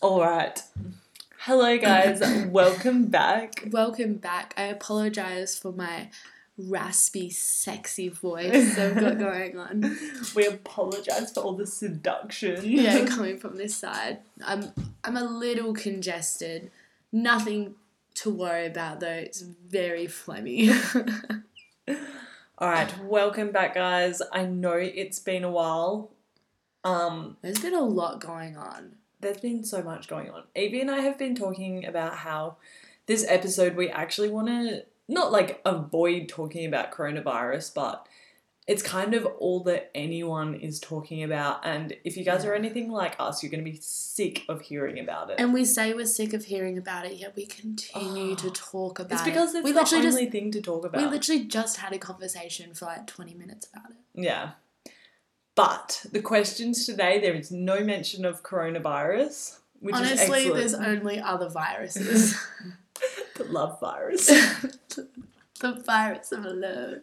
All right. Hello, guys. Welcome back. Welcome back. I apologize for my raspy, sexy voice I've got going on. We apologize for all the seduction. Yeah, coming from this side. I'm I'm a little congested. Nothing to worry about though. It's very phlegmy. All right. Welcome back, guys. I know it's been a while. Um, There's been a lot going on. there's been so much going on. Evie and I have been talking about how this episode we actually want to not like avoid talking about coronavirus, but it's kind of all that anyone is talking about. And if you guys Yeah. are anything like us, you're going to be sick of hearing about it. And we say we're sick of hearing about it, yet we continue Oh. to talk about it's it. because it's we the literally only thing to talk just we about. literally just had a conversation for like twenty minutes about it. yeah. But the questions today, there is no mention of coronavirus, which is Honestly, excellent. there's only other viruses. The love virus. oh, the virus of love.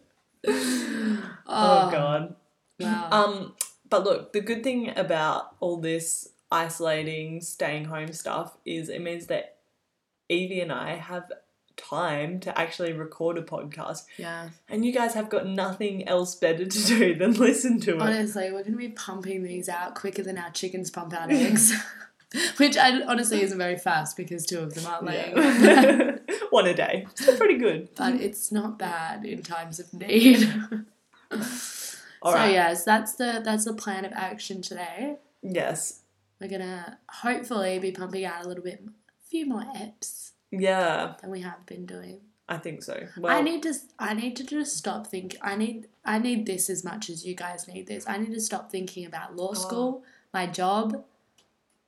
Oh, Oh. God. Wow. Um, but look, the good thing about all this isolating, staying home stuff is it means that Evie and I have time to actually record a podcast, yeah. and you guys have got nothing else better to do than listen to it. Honestly, we're gonna be pumping these out quicker than our chickens pump out eggs. Which I, honestly isn't very fast because two of them aren't laying. Yeah. One a day. Still pretty good. but it's not bad in times of need. All so right. yes, that's the that's the plan of action today. Yes. We're gonna hopefully be pumping out a little bit, a few more eps Yeah, than we have been doing. I think so. Well, I need to. I need to just stop thinking. I need. I need this as much as you guys need this. I need to stop thinking about law Oh. school, my job,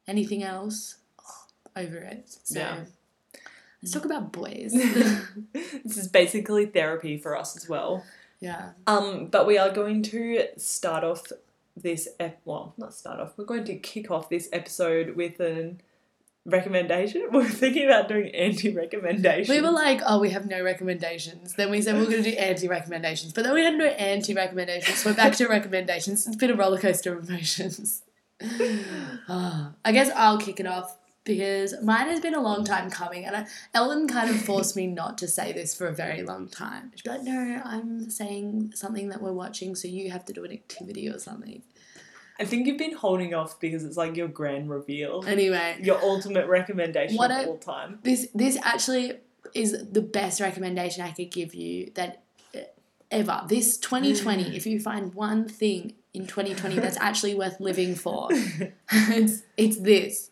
anything else. Oh, over it. So Yeah. let's talk about boys. this is basically therapy for us as well. yeah. Um, but we are going to start off this ep- well, not start off. We're going to kick off this episode with an recommendation. We're thinking about doing anti-recommendation. We were like, oh, we have no recommendations. Then we said we are going to do anti recommendations, but then we had no anti recommendations. So we're back to recommendations. It's been a roller coaster of emotions. Ah, I guess I'll kick it off because mine has been a long time coming, and I, Ellen kind of forced me not to say this for a very long time. She'd be like, no, I'm saying something that we're watching, so you have to do an activity or something. I think you've been holding off because it's like your grand reveal, Anyway, your ultimate recommendation Uh, What of a- all time. this this actually is the best recommendation I could give you that uh, ever. This 2020, if you find one thing in 2020 that's actually worth living for, it's it's this,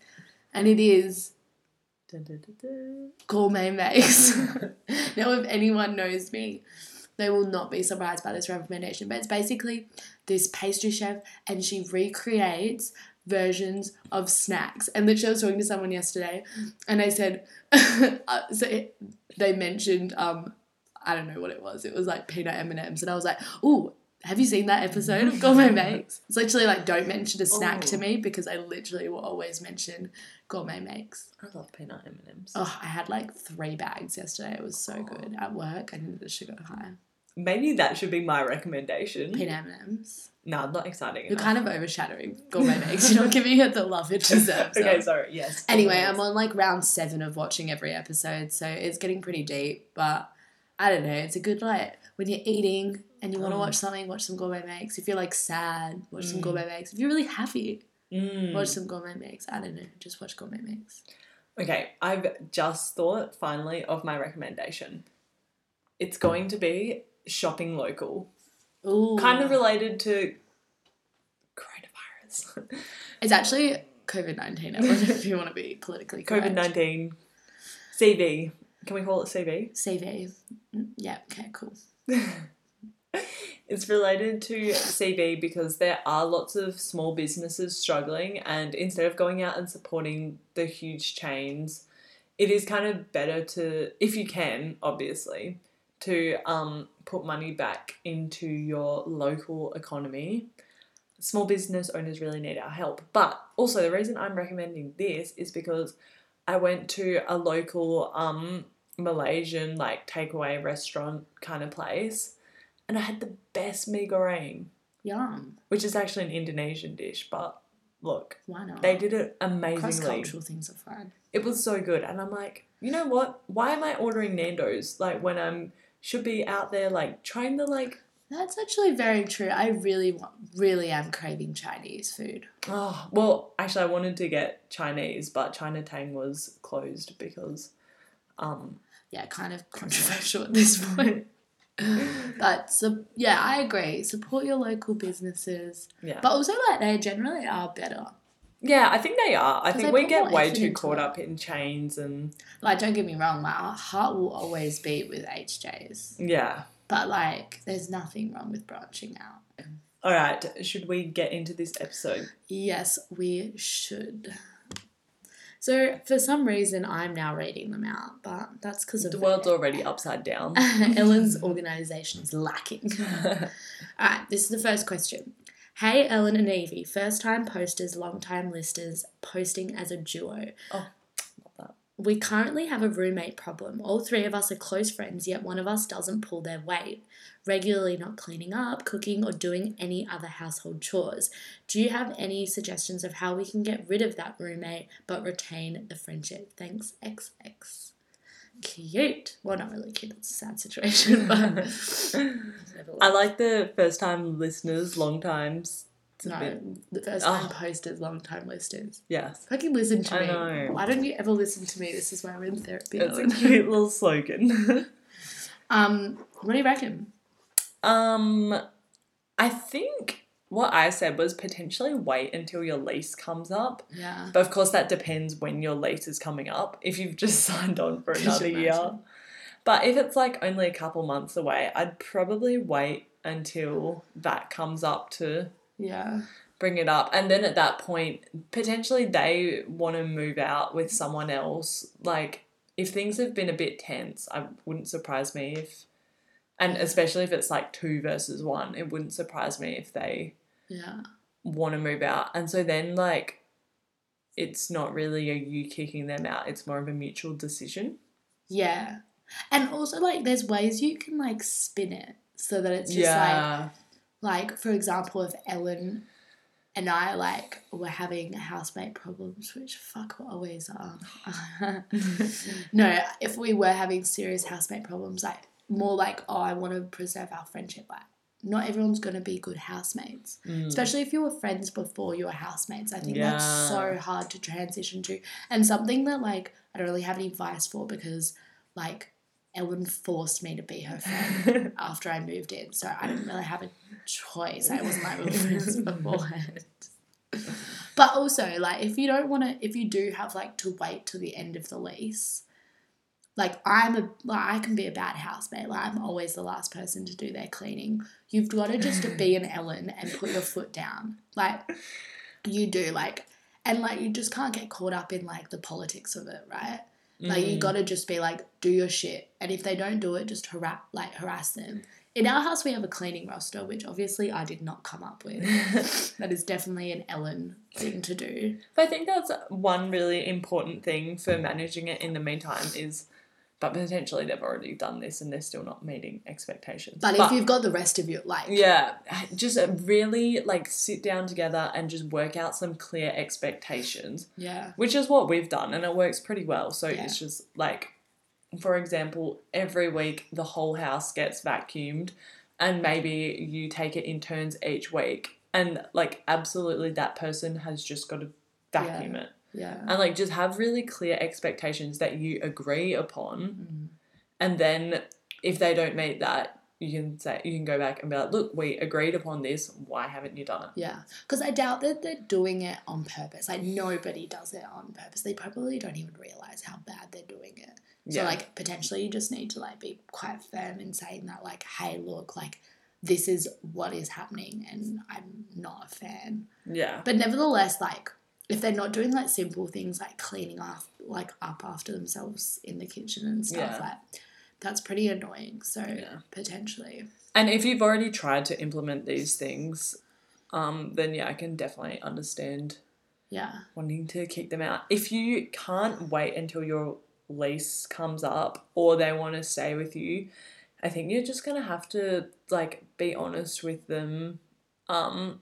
and it is Dun, dun, dun, dun. gourmet mix. now, if anyone knows me, they will not be surprised by this recommendation. But it's basically this pastry chef, and she recreates versions of snacks. And literally, I was talking to someone yesterday, and I said, uh, so it- they mentioned, um, I don't know what it was. It was like peanut M and M's, and I was like, ooh. Have you seen that episode of Gourmet Makes? It's literally like don't mention a snack to Ooh. me because I literally will always mention Gourmet Makes. I love peanut M and M's. Oh, I had like three bags yesterday. It was so good at work. I needed a sugar high. Maybe that should be my recommendation. Peanut M&Ms. No, I'm not exciting. You're enough. kind of overshadowing gourmet eggs. You're not giving it the love it deserves. okay, Um, sorry. Yes. anyway, um, I'm on like round seven of watching every episode, so it's getting pretty deep. But I don't know. It's a good like when you're eating and you want to Mm. watch something, watch some gourmet makes. If you're like sad, watch some Mm. gourmet makes. If you're really happy, Mm. watch some gourmet makes. I don't know. Just watch gourmet makes. Okay, I've just thought finally of my recommendation. It's going to be shopping local. Ooh, Kind of related to coronavirus. It's actually COVID nineteen. If you want to be politically correct. COVID 19. CV. Can we call it CV? CV. Mm, Yeah, okay, cool. It's related to CV because there are lots of small businesses struggling, and instead of going out and supporting the huge chains, it is kind of better to, if you can, obviously, to um, put money back into your local economy. Small business owners really need our help. But also, the reason I'm recommending this is because I went to a local um, Malaysian, like, takeaway restaurant kind of place and I had the best mee goreng, Yum. which is actually an Indonesian dish, but look, Why not? they did it Cross amazingly. cultural things are fun. It was so good. And I'm like, you know what? Why am I ordering Nando's? Like when I'm should be out there like trying to like That's actually very true. I really, want, really am craving Chinese food. oh well, actually I wanted to get Chinese, but China Tang was closed because um Yeah, kind of controversial at this point. but so, yeah, I agree. Support your local businesses, yeah. but also like they generally are better. yeah, I think they are. I 'Cause think they we put get more way effort too into caught it. up in chains and Like, don't get me wrong. Like, our heart will always be with HJs, yeah. but like, there's nothing wrong with branching out. All right, should we get into this episode? Yes, we should. So for some reason, I'm now reading them out, but that's because of The world's already upside down. Ellen's organisation is lacking. All right, this is the first question. Hey, Ellen and Evie, first time posters, long time listers, posting as a duo. Oh, love that. We currently have a roommate problem. All three of us are close friends, yet one of us doesn't pull their weight, regularly not cleaning up, cooking, or doing any other household chores. Do you have any suggestions of how we can get rid of that roommate but retain the friendship? Thanks, XX. Cute. Well, not really cute. It's a sad situation, but I like the first time listeners, long times. It's a bit- no. The first time Oh. posters, long time listers. yes. Fucking listen to I me. know. Why don't you ever listen to me? This is why we're in therapy. It's a Ellen. cute little slogan. Um, what do you reckon? um, I think what I said was potentially wait until your lease comes up. Yeah. But of course, that depends when your lease is coming up, if you've just signed on for Could you another year. imagine? But if it's like only a couple months away, I'd probably wait until that comes up to Yeah. bring it up. And then at that point, potentially they want to move out with someone else. Like, if things have been a bit tense, I wouldn't surprise me if, and especially if it's like two versus one, it wouldn't surprise me if they Yeah. want to move out. And so then, like, it's not really a you kicking them out, it's more of a mutual decision. Yeah. And also like there's ways you can like spin it so that it's just like like for example if Ellen and I like were having housemate problems, which fuck we always are. no, if we were having serious housemate problems, like more like, oh, I want to preserve our friendship. Like not everyone's gonna be good housemates. Mm. especially if you were friends before you were housemates. I think that's Yeah. so hard to transition to, and something that like I don't really have any advice for because like Ellen forced me to be her friend after I moved in, so I didn't really have a choice. I wasn't like we were friends beforehand. But also, like, if you don't want to, if you do have like to wait till the end of the lease, like I'm a, like I can be a bad housemate. Like I'm always the last person to do their cleaning. You've got to just be an Ellen and put your foot down. Like you do, like, and like you just can't get caught up in like the politics of it, right? Like you Mm. got to just be like, do your shit, and if they don't do it, just harass, like harass them. In our house, we have a cleaning roster, which obviously I did not come up with. That is definitely an Ellen thing to do. But I think that's one really important thing for managing it in the meantime is, but potentially they've already done this and they're still not meeting expectations. But, if you've got the rest of your like, yeah, just really like sit down together and just work out some clear expectations, yeah, which is what we've done and it works pretty well. So Yeah. it's just like, for example, every week the whole house gets vacuumed and maybe you take it in turns each week. And like, absolutely, that person has just got to vacuum it yeah, and like just have really clear expectations that you agree upon Mm, and then if they don't meet that you can say you can go back and be like look we agreed upon this why haven't you done it yeah. Because I doubt that they're doing it on purpose. Like nobody does it on purpose. They probably don't even realize how bad they're doing it. So yeah like potentially you just need to like be quite firm in saying that like, hey, look, like this is what is happening, and I'm not a fan. yeah But nevertheless, like if they're not doing like simple things like cleaning up like up after themselves in the kitchen and stuff, Yeah. like that's pretty annoying. So Yeah. potentially. and if you've already tried to implement these things um then yeah i can definitely understand Yeah. wanting to kick them out if you can't wait until your lease comes up or they want to stay with you i think you're just gonna have to like be honest with them um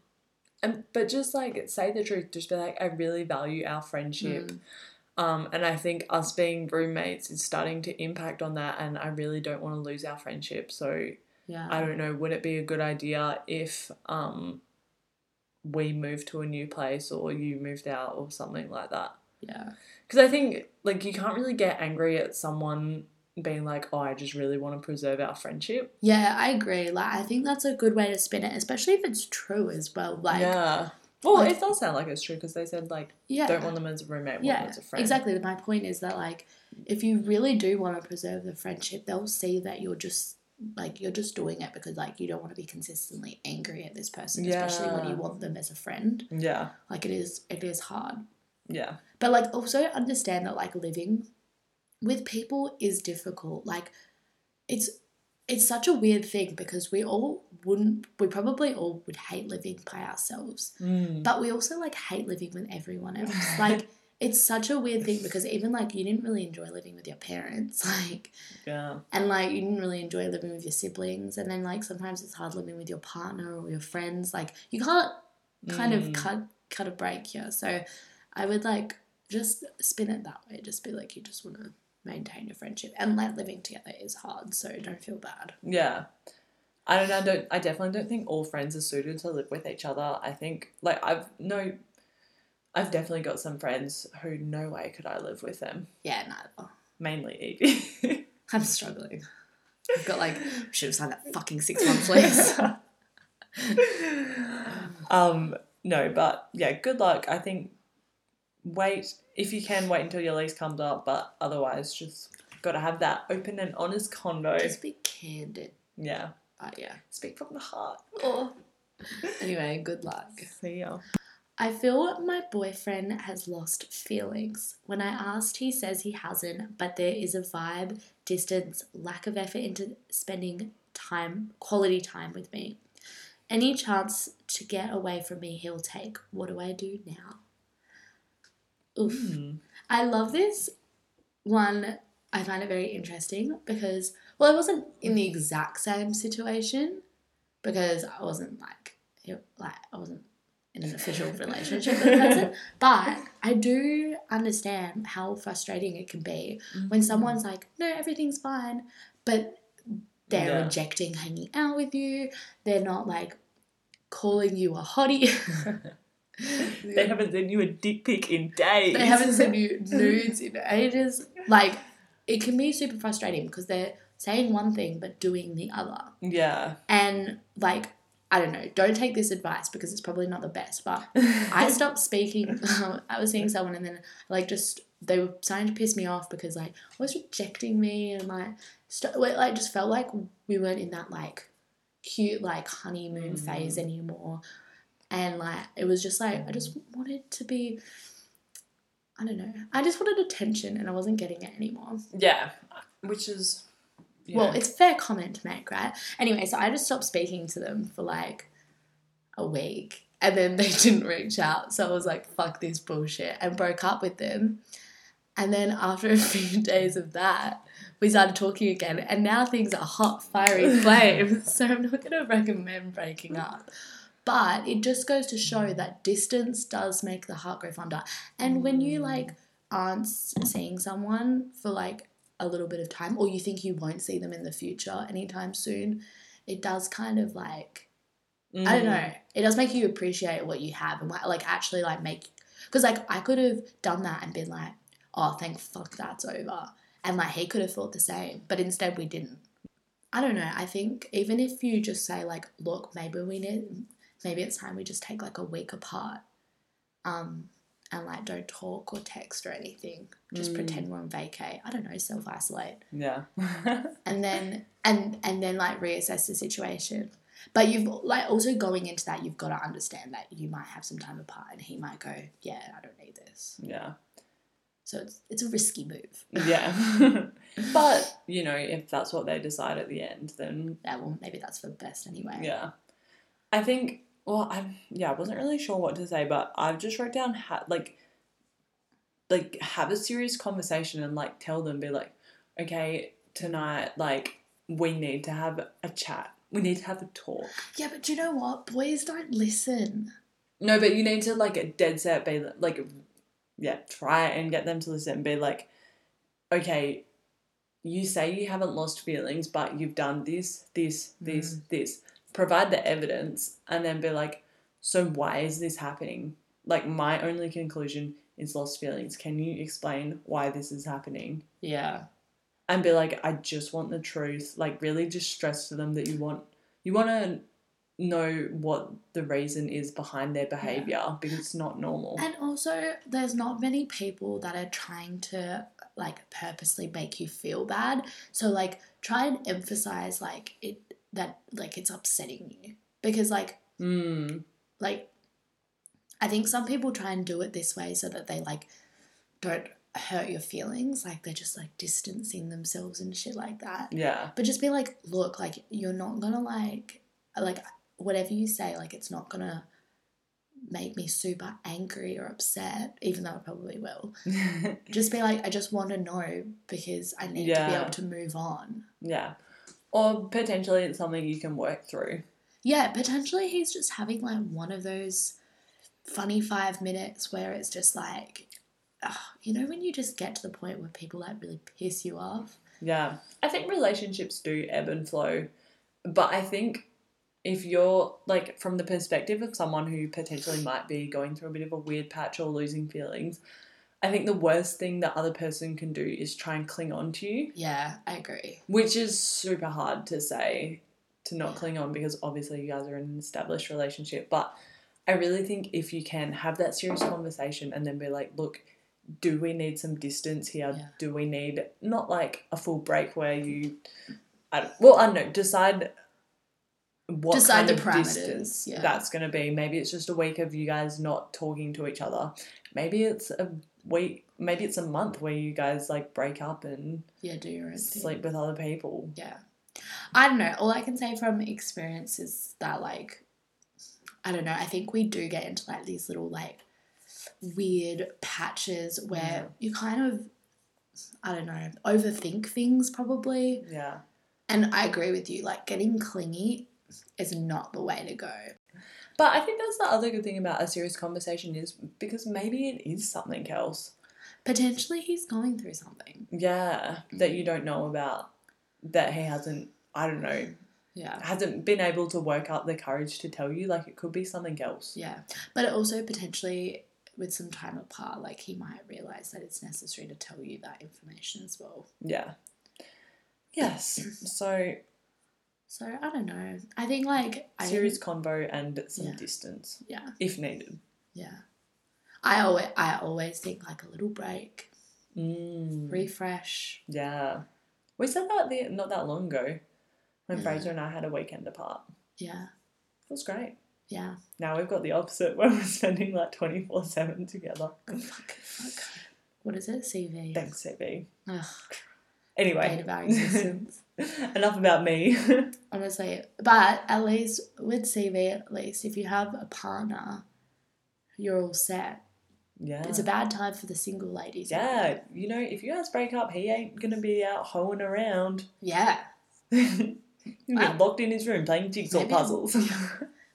and but just like say the truth. Just be like, I really value our friendship. Um, and I think us being roommates is starting to impact on that, and I really don't want to lose our friendship. So Yeah. I don't know, would it be a good idea if um, we moved to a new place or you moved out or something like that? yeah. Because I think like you can't really get angry at someone being like, "Oh, I just really want to preserve our friendship." Yeah, I agree. Like I think that's a good way to spin it, especially if it's true as well. Like yeah. Well, like- it does sound like it's true because they said like, yeah. "Don't want them as a roommate, want Yeah, them as a friend." Exactly. My point is that like if you really do want to preserve the friendship, they'll see that you're just like you're just doing it because like you don't want to be consistently angry at this person, especially when Yeah. you want them as a friend. Yeah. Like it is it is hard. Yeah. But like also understand that like living with people is difficult. Like it's it's such a weird thing because we all wouldn't we probably all would hate living by ourselves. Mm. But we also like hate living with everyone else. Like it's such a weird thing because even like you didn't really enjoy living with your parents, like Yeah. and like you didn't really enjoy living with your siblings and then like sometimes it's hard living with your partner or your friends. Like you can't kind of Mm. cut cut a break here. So I would like just spin it that way. Just be like you just wanna maintain your friendship and like living together is hard, so don't feel bad. Yeah. I don't know. I, don't, I definitely don't think all friends are suited to live with each other. I think, like, I've no, I've definitely got some friends who no way could I live with them. Yeah, neither. Mainly Evie. I'm struggling. I've got like should have signed that fucking six month lease. um, no, but yeah, good luck. I think wait, if you can, wait until your lease comes up, but otherwise, just got to have that open and honest condo. Just be candid. Yeah. But yeah. Speak from the heart. Anyway, good luck. See ya. I feel my boyfriend has lost feelings. When I asked, he says he hasn't, but there is a vibe, distance, lack of effort into spending time, quality time with me. Any chance to get away from me, he'll take. What do I do now? Oof. Hmm. I love this one. I find it very interesting because, well, I wasn't in the exact same situation because I wasn't like, it, like I wasn't in an official relationship with the person. But I do understand how frustrating it can be when Mm-hmm. someone's like, no, everything's fine, but they're Yeah. rejecting hanging out with you. They're not like calling you a hottie. They haven't sent you a dick pic in days. They haven't sent you nudes in ages. Like, it can be super frustrating because they're saying one thing but doing the other. Yeah. And, like, I don't know, don't take this advice because it's probably not the best, but I stopped speaking. um, I was seeing someone, and then like just they were starting to piss me off because like always rejecting me, and like st- like like, just felt like we weren't in that like cute like honeymoon Mm. phase anymore, and like it was just like I just wanted to be. I don't know. I just wanted attention, and I wasn't getting it anymore. yeah. Which is. yeah. Well, it's fair comment to make, right? Anyway, so I just stopped speaking to them for like a week and then they didn't reach out. So I was like, fuck this bullshit and broke up with them. And then after a few days of that, we started talking again and now things are hot, fiery flames. so I'm not going to recommend breaking up. But it just goes to show that distance does make the heart grow fonder. And when you Mm. like aren't s- seeing someone for like a little bit of time or you think you won't see them in the future anytime soon, it does kind of like I don't Mm. know. It does make you appreciate what you have and what, like actually like make because like I could have done that and been like, oh thank fuck that's over, and like he could have thought the same, but instead we didn't. I don't know. I think even if you just say like, look, maybe we need, maybe it's time we just take like a week apart, um, and like don't talk or text or anything. Just Mm. pretend we're on vacay. I don't know, self isolate Mm-hmm. Yeah. and then and and then like reassess the situation but you've like also going into that you've got to understand that you might have some time apart and he might go yeah i don't need this yeah. so it's it's a risky move Yeah. but, you know, if that's what they decide at the end, then that well maybe that's for the best anyway yeah. I think, well, I'm, yeah, I wasn't really sure what to say, but I've just wrote down, ha- like, like have a serious conversation and like tell them be like okay tonight like we need to have a chat we need to have a talk yeah but do you know what boys don't listen No, but you need to like dead set be like, yeah, try and get them to listen and be like, okay, you say you haven't lost feelings, but you've done this, this, this, this. Provide the evidence and then be like, so why is this happening? Like, my only conclusion is lost feelings. Can you explain why this is happening? Yeah. and be like, I just want the truth. Like really just stress to them that you want you wanna know what the reason is behind their behaviour because it's not normal. And also, there's not many people that are trying to like purposely make you feel bad. So like, try and emphasize like it that like it's upsetting you because like Mm. like I think some people try and do it this way so that they like don't hurt your feelings. Like they're just like distancing themselves and shit like that. Yeah. But just be like, look, like you're not gonna like like whatever you say, like it's not gonna make me super angry or upset, even though it probably will. Just be like, I just wanna know because I need to be Yeah. able to move on. yeah. Or potentially it's something you can work through. Yeah, potentially he's just having like one of those funny five minutes where it's just like ugh, you know when you just get to the point where people like really piss you off? Yeah. I think relationships do ebb and flow, but I think if you're like from the perspective of someone who potentially might be going through a bit of a weird patch or losing feelings, I think the worst thing the other person can do is try and cling on to you, Yeah, I agree. which is super hard to say to not cling on because obviously you guys are in an established relationship, but I really think if you can have that serious conversation and then be like, look, do we need some distance here? Yeah. Do we need not like a full break where you, I don't, well, I don't know, decide what Decide kind the of parameters, distance yeah. that's going to be. Maybe it's just a week of you guys not talking to each other. Maybe it's a week, maybe it's a month where you guys like break up and Yeah, do your own thing. sleep with other people. Yeah. I don't know. All I can say from experience is that, like, I don't know. I think we do get into like these little, like, weird patches where Yeah. you kind of, I don't know, overthink things probably. Yeah. And I agree with you. Like, getting clingy is not the way to go. But I think that's the other good thing about a serious conversation is because maybe it is something else. Potentially, he's going through something. Yeah, that Mm. you don't know about, that he hasn't, I don't know, Yeah. hasn't been able to work up the courage to tell you. Like, it could be something else. Yeah. But also, potentially, with some time apart, like, he might realize that it's necessary to tell you that information as well. Yeah. Yes. So, So I don't know. I think like I serious convo and some Yeah. distance yeah, if needed. yeah. I always I always think like a little break, Mm. refresh. Yeah. We said that the, not that long ago when Yeah. Fraser and I had a weekend apart. Yeah, It was great. yeah. Now we've got the opposite where we're spending like 24 7 together. Oh, Fuck, fuck. What is it? CV. Thanks, CB. Ugh, Anyway, bane of our existence. enough about me. Honestly, but at least with CV, at least if you have a partner, you're all set. yeah. It's a bad time for the single ladies. out Yeah, there. you know, if you guys break up, he ain't gonna be out hoeing around. Yeah. He'll Wow. get locked in his room playing jigsaw Maybe- puzzles.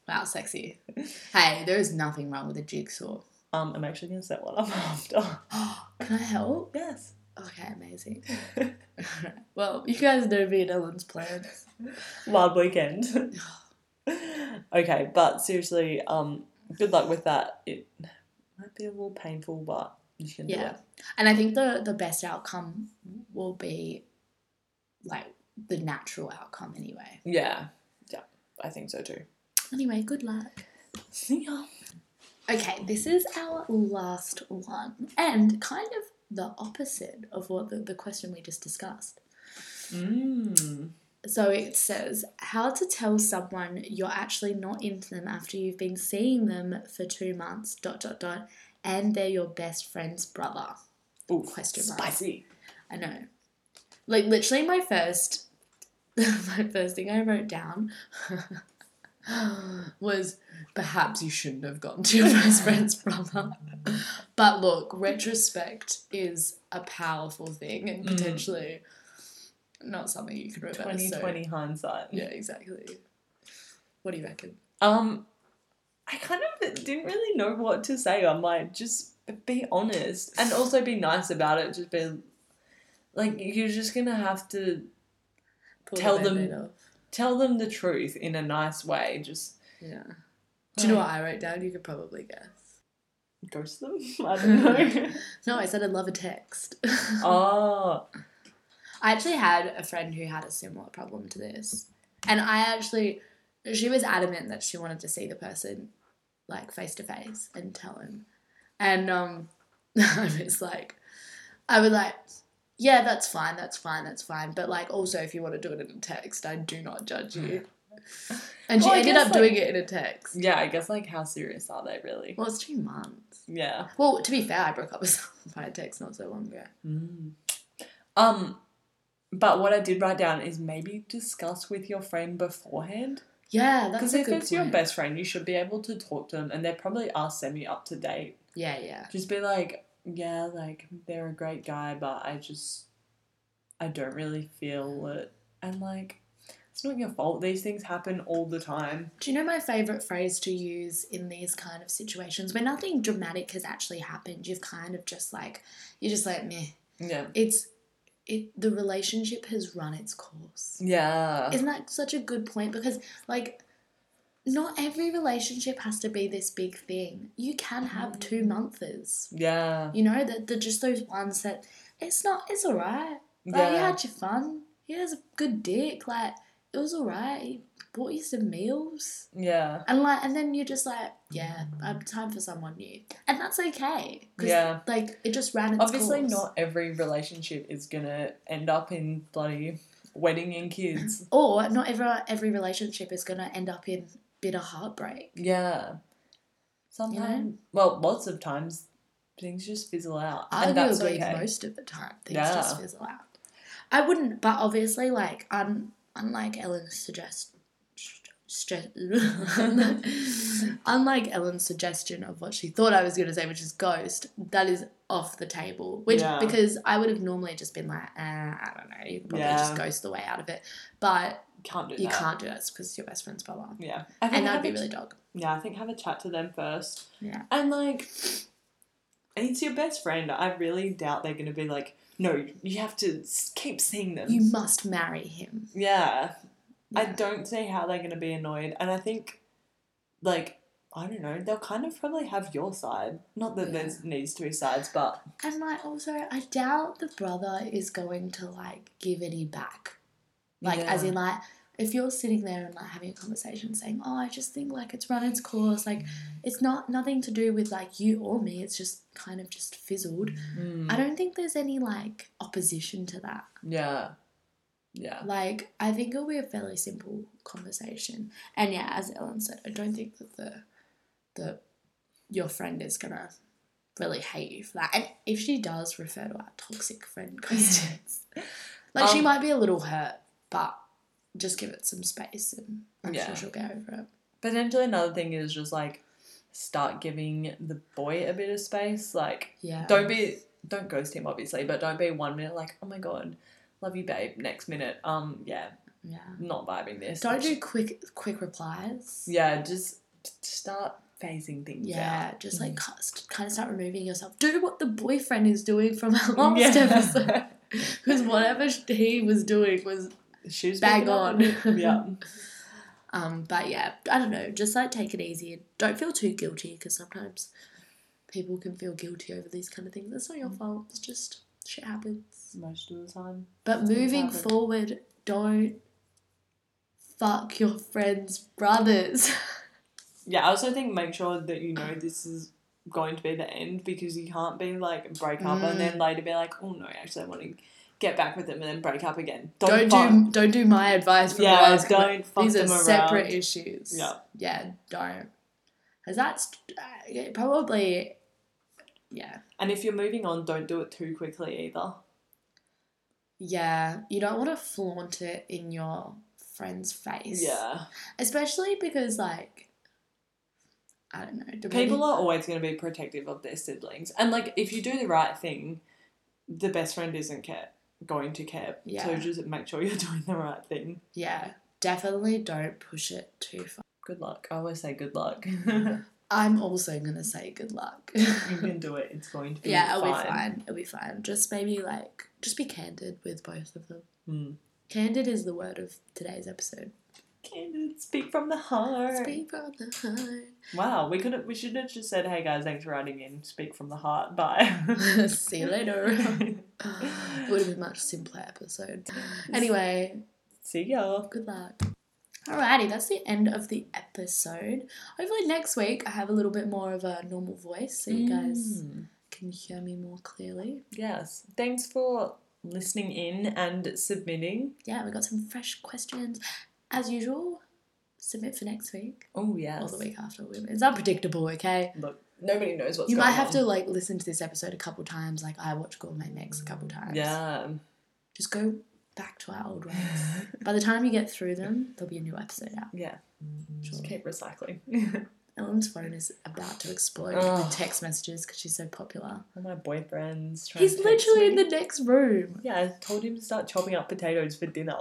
Wow, sexy. Hey, there is nothing wrong with a jigsaw. um, I'm actually gonna set one up after. Can I help? Yes. Okay, amazing. well, you guys know me and Ellen's plans. Wild weekend. okay, but seriously, um, good luck with that. It might be a little painful, but you can do Yeah. it. And I think the, the best outcome will be like the natural outcome anyway. Yeah. Yeah. I think so too. Anyway, good luck. See ya. Okay, this is our last one and kind of the opposite of what the, the question we just discussed. Mm. So it says how to tell someone you're actually not into them after you've been seeing them for two months, dot dot dot, and they're your best friend's brother. Ooh, Question mark. spicy. I know. Like literally my first my first thing I wrote down was perhaps you shouldn't have gone to your best friend's brother. But look, retrospect is a powerful thing and Mm. potentially not something you can reverse. Twenty so- twenty hindsight. Yeah, exactly. What do you reckon? Um, I kind of didn't really know what to say. I'm like, just be honest and also be nice about it. Just be like, you're just gonna have to Pull Tell the them- Band-Aid off. tell them the truth in a nice way. Just Yeah. Do you know what I wrote down? You could probably guess. ghost them. I don't know. No, I said I love a text. oh, I actually had a friend who had a similar problem to this. And I actually, she was adamant that she wanted to see the person like face to face and tell him. And um, I was like, I was like, yeah, that's fine, that's fine, that's fine. But like, also, if you want to do it in a text, I do not judge you. And Hmm. she Well, I ended guess, up like- doing it in a text. yeah. I guess like, how serious are they really? Well, it's two months. Yeah. Well, to be fair, I broke up with someone by text not so long ago. Mm. Um, but what I did write down is maybe discuss with your friend beforand. Yeah, that's Because a if good it's your point. best friend, you should be able to talk to them, and they probably are semi up to date. Yeah, yeah. Just be like, yeah, like they're a great guy, but I just, I don't really feel it, and like. It's not your fault. These things happen all the time. Do you know my favourite phrase to use in these kind of situations where nothing dramatic has actually happened? You've kind of just like, you're just like, meh. Yeah. It's, it, the relationship has run its course. Yeah. Isn't that such a good point? Because, like, not every relationship has to be this big thing. You can have Mm. two monthers. yeah. You know, that the, just those ones that it's not, it's all right. Like, you Yeah. had your fun. He has a good dick. Like, it was all right. He bought you some meals. Yeah. And like, and then you're just like, yeah, I'm time for someone new, and that's okay. 'Cause, Yeah. Like it just ran its Obviously, course. not every relationship is gonna end up in bloody wedding and kids. Or not every every relationship is gonna end up in bitter heartbreak. Yeah. Sometimes, well, lots of times, things just fizzle out, and that's Arguably, okay. most of the time things Yeah. just fizzle out. I wouldn't, but obviously, like un, unlike Ellen's suggest. stre- Unlike Ellen's suggestion of what she thought I was going to say, which is ghost, that is off the table. Which Yeah. because I would have normally just been like, eh, I don't know, you can probably Yeah. just ghost the way out of it, but can't do you that. can't do that because it's your best friend's blah blah, Yeah, I and that'd have be a- really dog. Yeah, I think have a chat to them first, Yeah, and like, it's your best friend. I really doubt they're gonna be like, no, you have to s- keep seeing them. you must marry him. Yeah. I Yeah. don't see how they're going to be annoyed. And I think, like, I don't know, they'll kind of probably have your side. Not that there needs to be sides, but And like also, I doubt the brother is going to like give any back. Like as Yeah. in like if you're sitting there and like having a conversation saying, Oh, I just think like it's run its course, like it's not nothing to do with like you or me, it's just kind of just fizzled. Mm. Hmm. I don't think there's any like opposition to that. yeah. Yeah. Like I think it'll be a fairly simple conversation. And yeah, as Ellen said, I don't think that the the your friend is gonna really hate you for that. And if she does refer to our toxic friend questions. like she Um, might be a little hurt, but just give it some space and I'm Yeah. sure she'll get over it. Potentially another thing is just like start giving the boy a bit of space. Like, Yeah. don't be, don't ghost him, obviously, but don't be one minute like, oh my God, love you, babe. Next minute, um, yeah, Yeah. not vibing this. Don't do quick quick replies. Yeah, just t- start phasing things out. Yeah, just like Mm-hmm. cut- kind of start removing yourself. Do what the boyfriend is doing from our last Yeah. episode. Because whatever he was doing was She was bang picking up on. it. yeah. Um, but yeah, I don't know. Just like take it easy and don't feel too guilty because sometimes people can feel guilty over these kind of things. It's not Mm. your fault. It's just shit happens. Most of the time. But Something moving happens. forward, don't fuck your friends' brothers. Yeah, I also think make sure that you know this is going to be the end because you can't be like break up and Mm. then later be like, oh no, actually I want to get back with them and then break up again. Don't, fuck- do don't do my advice from Yeah, Ryan's don't fuck These are them around. separate issues. Yeah. Yeah, don't. Because that's uh, it probably, yeah. And if you're moving on, don't do it too quickly either. Yeah, you don't want to flaunt it in your friend's face. Yeah. Especially because, like, I don't know. depending- People are always going to be protective of their siblings. And like if you do the right thing, the best friend isn't care going to care. Yeah. So just make sure you're doing the right thing. Yeah, definitely don't push it too far. Good luck. I always say good luck. Mm-hmm. I'm also gonna say good luck. you can do it. It's going to Mm-hmm. be yeah, it'll fine. be fine. It'll be fine. Just maybe like just be candid with both of them. Mm. Candid is the word of today's episode. Candid, speak from the heart. Speak from the heart. Wow, we could have we should have just said, "Hey guys, thanks for writing in. Speak from the heart. Bye." See you later. it would have been a much simpler episode. Anyway, See y'all. good luck. Alrighty, that's the end of the episode. Hopefully next week I have a little bit more of a normal voice so you guys Mm. can hear me more clearly. Yes. Thanks for listening in and submitting. Yeah, we got some fresh questions. As usual, submit for next week. Oh yes. Or the week after. It's unpredictable, okay? Look, nobody knows what's you going might have to on. like listen to this episode a couple times. Like I watch Gourmet Mix a couple times. Yeah. Just go back to our old ways. By the time you get through them, there'll be a new episode out. yeah. Just Sure. keep recycling. Ellen's phone is about to explode Ugh. with text messages because she's so popular. All my boyfriend's trying He's to text literally in me. the next room. Yeah, I told him to start chopping up potatoes for dinner.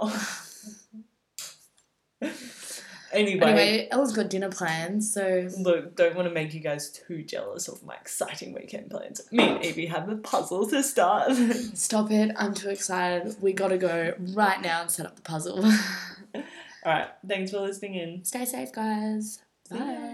anyway, Anyway, Ellen's got dinner plans, so look, don't want to make you guys too jealous of my exciting weekend plans. Me and Evie have a puzzle to start. stop it. I'm too excited. We gotta go right now and set up the puzzle. Alright, thanks for listening in. Stay safe, guys. See Bye. ya.